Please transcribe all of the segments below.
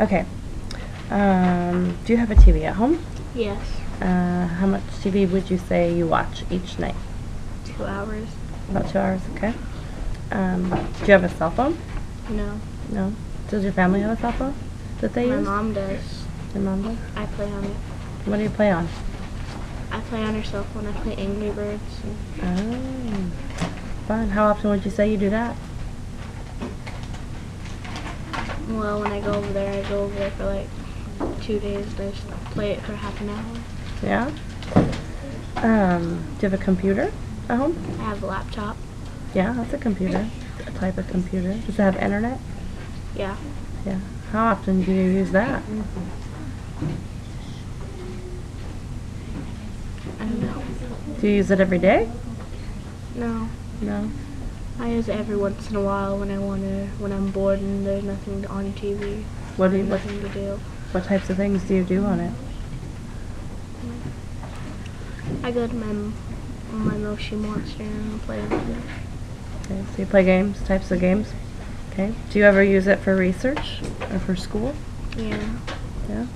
Okay. Um, do you have a TV at home? Yes. Uh, how much TV would you say you watch each night? Two hours? About two hours, okay. Um, do you have a cell phone? No. No. Does your family have a cell phone that they My use? mom does. Your mom does? I play on it. What do you play on? I play on her cell phone. I play Angry Birds. Oh, fun. How often would you say you do that? And, well, when I go over there, I go over there for like two days and I just play it for half an hour. Yeah. Um, do you have a computer at home? I have a laptop. Yeah, that's a computer. A type of computer. Does it have internet? Yeah. Yeah. How often do you use that? I don't know. Do you use it every day? No. No. I use it every once in a while when I wanna, when I'm bored and there's nothing on TV, What do you, what, nothing to do. what types of things do you do on it? I go to my my Moshi Monster and play with it. Okay, so you play games, types of games. Okay. Do you ever use it for research or for school? Yeah. Yeah.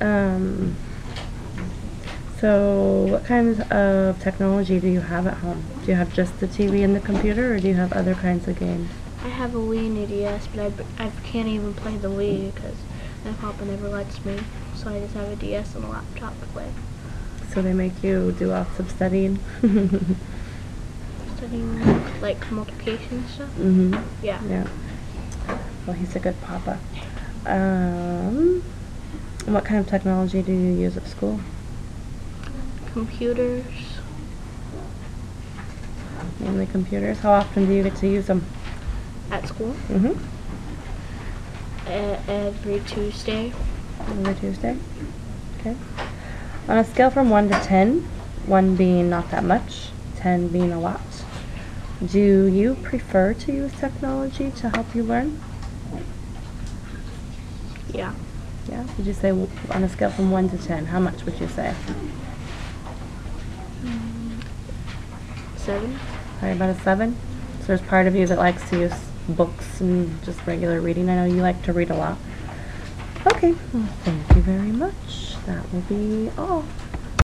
Um, so, what kinds of technology do you have at home? Do you have just the TV and the computer, or do you have other kinds of games? I have a Wii and a DS, but I, b- I can't even play the Wii because my papa never lets me. So I just have a DS and a laptop to play. So they make you do lots of studying. Studying like multiplication and stuff. hmm Yeah. Yeah. Well, he's a good papa. Um, and what kind of technology do you use at school? Computers. Mainly computers. How often do you get to use them? At school, Mm-hmm. e- every Tuesday, Every Tuesday. Okay. On a scale from 1 to 10, 1 being not that much, 10 being a lot, do you prefer to use technology to help you learn? yeah, Yeah. Would you say w- on a scale from 1 to 10, how much would you say? seven. Probably about a 7. So there's part of you that likes to use books and just regular reading. I know you like to read a lot. Okay. Well, thank you very much. That will be all.